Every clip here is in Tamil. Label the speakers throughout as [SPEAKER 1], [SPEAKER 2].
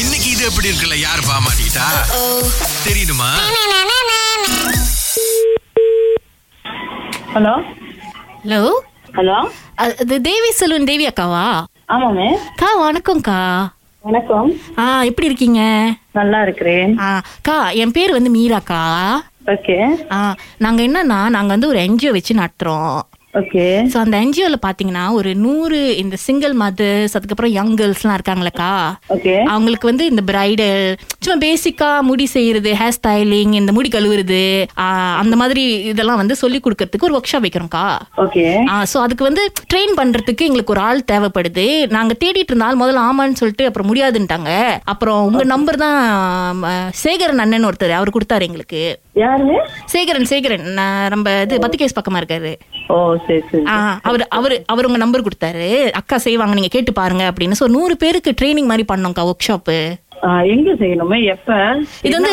[SPEAKER 1] இன்னைக்கு இது எப்படி இருக்குல்ல யாரு பாமாட்டா தெரியுமா
[SPEAKER 2] ஹலோ
[SPEAKER 3] ஹலோ
[SPEAKER 2] ஹலோ
[SPEAKER 3] அ- இது தேவி சலூன் தேவி அக்காவா
[SPEAKER 2] ஆமாமே
[SPEAKER 3] அக்கா வணக்கம்க்கா
[SPEAKER 2] வணக்கம்
[SPEAKER 3] ஆ எப்படி இருக்கீங்க
[SPEAKER 2] நல்லா இருக்கிறேன்
[SPEAKER 3] ஆ அக்கா என் பேர் வந்து மீராக்கா
[SPEAKER 2] ஓகே
[SPEAKER 3] ஆ நாங்க என்னன்னா நாங்க வந்து ஒரு என்ஜிஓ வச்சு நடத்துறோம்
[SPEAKER 2] ஓகே
[SPEAKER 3] ஸோ அந்த என்ஜிஓல பாத்தீங்கன்னா ஒரு நூறு இந்த சிங்கிள் மதர்ஸ் அதுக்கப்புறம் யங் கேர்ள்ஸ்லாம் இருக்காங்களேக்கா
[SPEAKER 2] ஓகே
[SPEAKER 3] அவங்களுக்கு வந்து இந்த பிரைடல் சும்மா பேசிக்கா முடி செய்யறது ஹேர் ஸ்டைலிங் இந்த முடி கழுவுறது ஆ, அந்த மாதிரி இதெல்லாம் வந்து சொல்லி கொடுக்கறதுக்கு ஒரு ஒர்க் ஷாப் வைக்கிறோம்க்கா
[SPEAKER 2] ஓகே
[SPEAKER 3] ஸோ அதுக்கு வந்து ட்ரெயின் பண்றதுக்கு எங்களுக்கு ஒரு ஆள் தேவைப்படுது நாங்க தேடிட்டு இருந்தாலும் முதல்ல ஆமான்னு சொல்லிட்டு அப்புறம் முடியாதுன்ட்டாங்க அப்புறம் உங்க நம்பர் தான் ம, சேகரன் அண்ணன் ஒருத்தர் அவர் கொடுத்தாரு எங்களுக்கு
[SPEAKER 2] யாருமே
[SPEAKER 3] சேகரன் சேகரன் நான் நம்ம இது பத்து கேஸ் பக்கமா இருக்காரு
[SPEAKER 2] ஓ சரி சரி
[SPEAKER 3] ஆ, அவர் அவர் அவர் உங்க நம்பர் கொடுத்தாரு அக்கா செய்வாங்க நீங்க கேட்டு பாருங்க அப்படின்னு ஸோ நூறு பேருக்கு ட்ரைனிங் மாதிரி பண்ணோம்க்கா ஒர்க் ஷாப்பு
[SPEAKER 2] ஆ, எங்க செய்யணுமே எப்ப
[SPEAKER 3] இது வந்து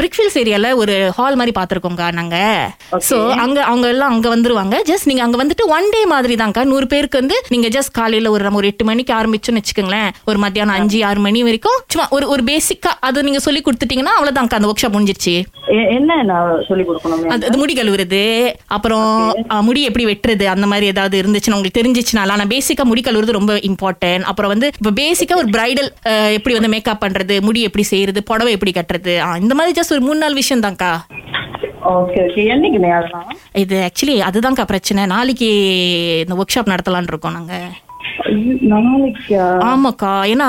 [SPEAKER 3] பிரிக்ஃபீல்ஸ் ஏரியால ஒரு ஹால் மாதிரி பாத்திருக்கோம்க்கா நாங்க சோ அங்க அவங்க எல்லாம் அங்க வந்துருவாங்க ஜஸ்ட் நீங்க அங்க வந்துட்டு ஒன் டே மாதிரி தான்க்கா நூறு பேருக்கு வந்து நீங்க ஜஸ்ட் காலையில ஒரு நம்ம ஒரு எட்டு மணிக்கு ஆரம்பிச்சோம்னு வச்சுக்கோங்களேன் ஒரு மத்தியானம் அஞ்சு ஆறு மணி வரைக்கும் சும்மா ஒரு ஒரு பேசிக்கா அது நீங்க சொல்லி கொடுத்துட்டீங்கன்னா அவ்வளவுதான்க்கா அந்த ஒர்க் ஷாப் முடிஞ்சிருச்சு
[SPEAKER 2] எ- என்ன நான் சொல்லி கொடுக்கணுமே
[SPEAKER 3] அது அது முடி கழுவுறது அப்புறம் ஆ, முடி எப்படி வெட்டுறது அந்த மாதிரி ஏதாவது இருந்துச்சுன்னா உங்களுக்கு தெரிஞ்சிச்சுனால நான் பேசிக்கா முடி கழுவுறது ரொம்ப இம்பார்ட்டன்ட் அப்புறம் வந்து இப்போ பேசிக்கா ஒரு பிரைடல் எப்படி வந்து மேக்கப் பண்றது முடி எப்படி செய்யறது புடவை எப்படி கட்டுறது ஆ, இந்த மாதிரி ஜஸ்ட் ஒரு மூணு நாள் விஷயம் தான்க்கா
[SPEAKER 2] ஓகே ஓகே என்னைக்குமே அதெல்லாம்
[SPEAKER 3] இது ஆக்சுவலி அதுதான்க்கா பிரச்சனை நாளைக்கு இந்த ஒர்க் ஷாப் நடத்தலாம்னு இருக்கோம் நாங்க
[SPEAKER 2] ஐயோ, நாளைக்கா
[SPEAKER 3] ஆமாக்கா ஏன்னா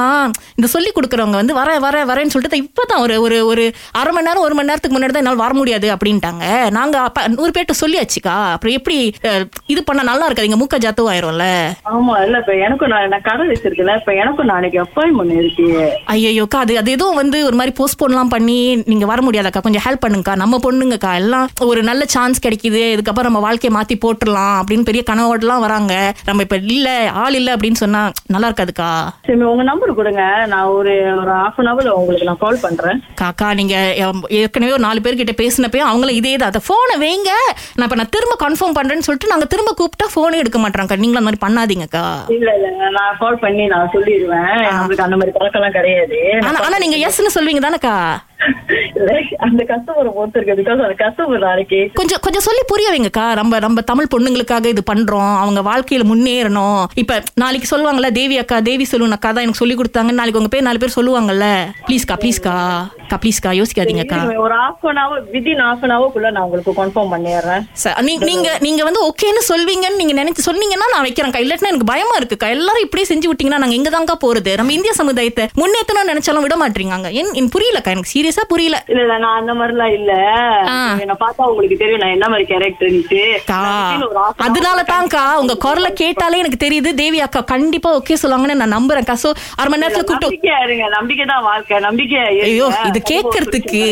[SPEAKER 3] இந்த சொல்லி கொடுக்குறவங்க வந்து வர வர வரேன்னு சொல்லிட்டு இப்பதான் ஒரு ஒரு ஒரு அரை மணி நேரம் ஒரு மணி நேரத்துக்கு முன்னாடி தான் என்னால் வர முடியாது அப்படின்ட்டாங்க நாங்க அப்ப நூறு பேர்ட்ட சொல்லியாச்சுக்கா அப்புறம் எப்படி அஹ், இது பண்ண நல்லா இருக்காதுங்க மூக்க ஜாத்துவும் ஆயிரும்ல
[SPEAKER 2] ஆமா இல்ல இப்ப எனக்கும் நான் நான் கடை வச்சிருக்கல இப்ப எனக்கும் நாளைக்கு அப்பாயின்மெண்ட் இருக்கு
[SPEAKER 3] ஐயோக்கா அது அது எதுவும் வந்து ஒரு மாதிரி போஸ்ட்போன்லாம் பண்ணி நீங்க வர முடியாதக்கா கொஞ்சம் ஹெல்ப் பண்ணுங்கக்கா நம்ம பொண்ணுங்கக்கா எல்லாம் ஒரு நல்ல சான்ஸ் கிடைக்குது இதுக்கப்புறம் நம்ம வாழ்க்கையை மாத்தி போட்டுடலாம் அப்படின்னு பெரிய கனவோடலாம் வராங்க நம்ம இப்ப இல்ல ஆள் இல்ல அப்படின்னு சொன்னா நல்லா இருக்காதுக்கா
[SPEAKER 2] சரி உங்க நம்பர் கொடுங்க நான் ஒரு ஒரு ஹாஃப் அன் ஹவர்ல உங்களுக்கு நான் கால் பண்றேன்
[SPEAKER 3] காக்கா நீங்க எம், ஏற்கனவே ஒரு நாலு பேர்கிட்ட பேசினப்பே அவங்களும் இதே தான் அதை ஃபோனை வைங்க நான் இப்போ நான் திரும்ப கன்ஃபார்ம் பண்றேன்னு சொல்லிட்டு நாங்க திரும்ப கூப்பிட்டா ஃபோனே எடுக்க மாட்டோம்க்கா நீங்களும் அந்த மாதிரி பண்ணாதீங்கக்கா
[SPEAKER 2] இல்ல இல்ல நான் கால் பண்ணி நான் சொல்லிடுவேன் நம்மளுக்கு அந்த மாதிரி பழக்கம் எல்லாம் கிடையாது
[SPEAKER 3] ஆனா ஆனா நீங்க எஸ்ன்னு சொல்வீங்க தானக்கா
[SPEAKER 2] இல்ல, அந்த கஸ்டமரை பொறுத்து இருக்கு பிகாஸ் அந்த கஸ்டமர் நாளைக்கு
[SPEAKER 3] கொஞ்சம் கொஞ்சம் சொல்லி புரிய வைங்கக்கா நம்ம நம்ம தமிழ் பொண்ணுங்களுக்காக இது பண்றோம் அவங்க வாழ்க்கையில முன்னேறணும் இப்ப நாளைக்கு சொல்லுவாங்கல்ல தேவி அக்கா தேவி சொல்லுன் அக்கா தான் எனக்கு சொல்லி கொடுத்தாங்க நாளைக்கு உங்க பேர் நாலு பேர் சொல்லுவாங்கல்ல ப்ளீஸ்க்கா ப்ளீஸ்க்கா அக்கா ப்ளீஸ்க்கா யோசிக்காதீங்கக்கா
[SPEAKER 2] ஒரு half an hour within half an hour குள்ள நான் உங்களுக்கு கன்ஃபார்ம் பண்ணிடுறேன்
[SPEAKER 3] ச- நீ- நீங்க நீங்க வந்து ஓகேன்னு சொல்வீங்கன்னு நீங்க நினைச்சு சொன்னீங்கன்னா நான் வைக்கிறேன்க்கா இல்லாட்டினா எனக்கு பயமா இருக்குக்கா எல்லாரும் இப்படியே செஞ்சு விட்டீங்கன்னா நாங்க எங்க தாங்க போறது நம்ம இந்திய சமுதாயத்தை முன்னேற்றணும்னு நினைச்சாலும் விட மாட்டீங்க என் என் புரியலக்கா எனக்கு சீரியஸா புரியல
[SPEAKER 2] இல்ல இல்ல நான் அந்த மாதிரி எல்லாம் இல்ல
[SPEAKER 3] ஆ.
[SPEAKER 2] என்ன பார்த்தா உங்களுக்கு தெரியும் நான் என்ன மாதிரி கேரக்டர்னுட்டு
[SPEAKER 3] அக்கா அதனால தான்க்கா உங்க குரலை கேட்டாலே எனக்கு தெரியுது தேவி அக்கா கண்டிப்பா ஓகே சொல்லுவாங்கன்னு நான் நம்புறேன்க்கா சோ அரை மணி நேரத்துல கூப்பிட்டு
[SPEAKER 2] நம்பிக்கையா இருங்க நம்பிக்கை தான் வாழ்க்கை நம்பிக்கையா இருங்க.
[SPEAKER 3] ஐயோ இது கேட்கறதுக்கு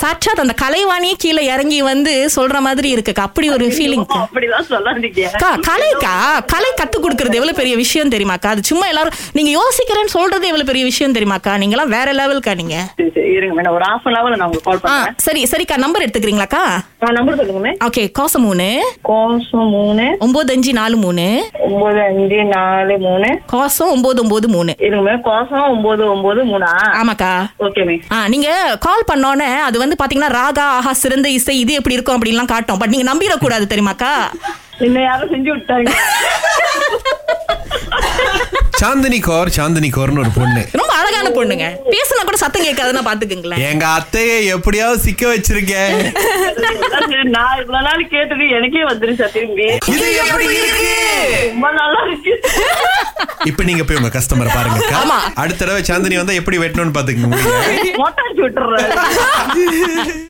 [SPEAKER 3] சாட்சாத் அந்த கலைவாணியே கீழே இறங்கி வந்து சொல்ற மாதிரி இருக்குக்கா அப்படி ஒரு ஃபீலிங்
[SPEAKER 2] அப்படிலாம் சொல்லாதீங்க
[SPEAKER 3] அக்கா கலைக்கா கலை கத்து கொடுக்கறது எவ்வளவு பெரிய விஷயம் தெரியுமாக்கா அது சும்மா எல்லாரும் நீங்க யோசிக்கிறேன்னு சொல்றது எவ்வளவு பெரிய விஷயம் தெரியுமாக்கா நீங்க எல்லாம் வேற லெவல்க்கா நீங்க
[SPEAKER 2] சரி, சரி, இருங்க மேடம் ஒரு ஹாஃப் அன் ஹவர்ல நான் உங்களுக்கு கால்
[SPEAKER 3] ஆ
[SPEAKER 2] பண்றேன்
[SPEAKER 3] சரி சரிக்கா நம்பர் எடுத்துக்கிறீங்களாக்கா
[SPEAKER 2] நான் நம்பர் சொல்லுங்க மேம்
[SPEAKER 3] ஓகே கோசம் மூணு
[SPEAKER 2] கோசம் மூணு
[SPEAKER 3] ஒன்பது அஞ்சு நாலு மூணு
[SPEAKER 2] ஒன்பது அஞ்சு நாலு மூணு
[SPEAKER 3] கோசம் ஒன்பது ஒன்பது மூணு
[SPEAKER 2] இருங்க மேம் கோசம் ஒன்பது ஒன்பது மூணா
[SPEAKER 3] ஆமாக்கா
[SPEAKER 2] ஓகே மேம்
[SPEAKER 3] ஆ நீங்க கால் பண்ணோன்னே அது வந்து பாத்தீங்கன்னா ராகா ஆஹா சிறந்த இசை இது எப்படி இருக்கும் அப்படின்லாம் காட்டும் பட் நீங்க நம்பிடக்கூடாது தெரியுமாக்கா
[SPEAKER 2] என்ன யாரும் செஞ்சு விட்டாங்க
[SPEAKER 1] சாந்தினி கௌர் சாந்தினி கௌர்னு ஒரு பொண்ணு
[SPEAKER 3] ரொம்ப அழகான பொண்ணுங்க பேசுனா கூட சத்தம் கேட்காதுன்னா பாத்துக்குங்களேன்
[SPEAKER 1] எங்க அத்தையை எப்படியாவது சிக்க வச்சிருக்கேன்
[SPEAKER 2] நான் இவ்வளவு நாள் கேட்டது எனக்கே வந்துருச்சா திரும்பி
[SPEAKER 1] இது எப்படி இருக்கு
[SPEAKER 2] ரொம்ப நல்லா இருக்கு
[SPEAKER 1] இப்ப நீங்க போய் உங்க கஸ்டமர் பாருங்க
[SPEAKER 3] ஆமா.
[SPEAKER 1] அடுத்த தடவை சாந்தினி வந்தா எப்படி வெட்டணும்னு பாத்துக்கோங்க
[SPEAKER 2] மொட்டை அடிச்சு விட்டுறேன்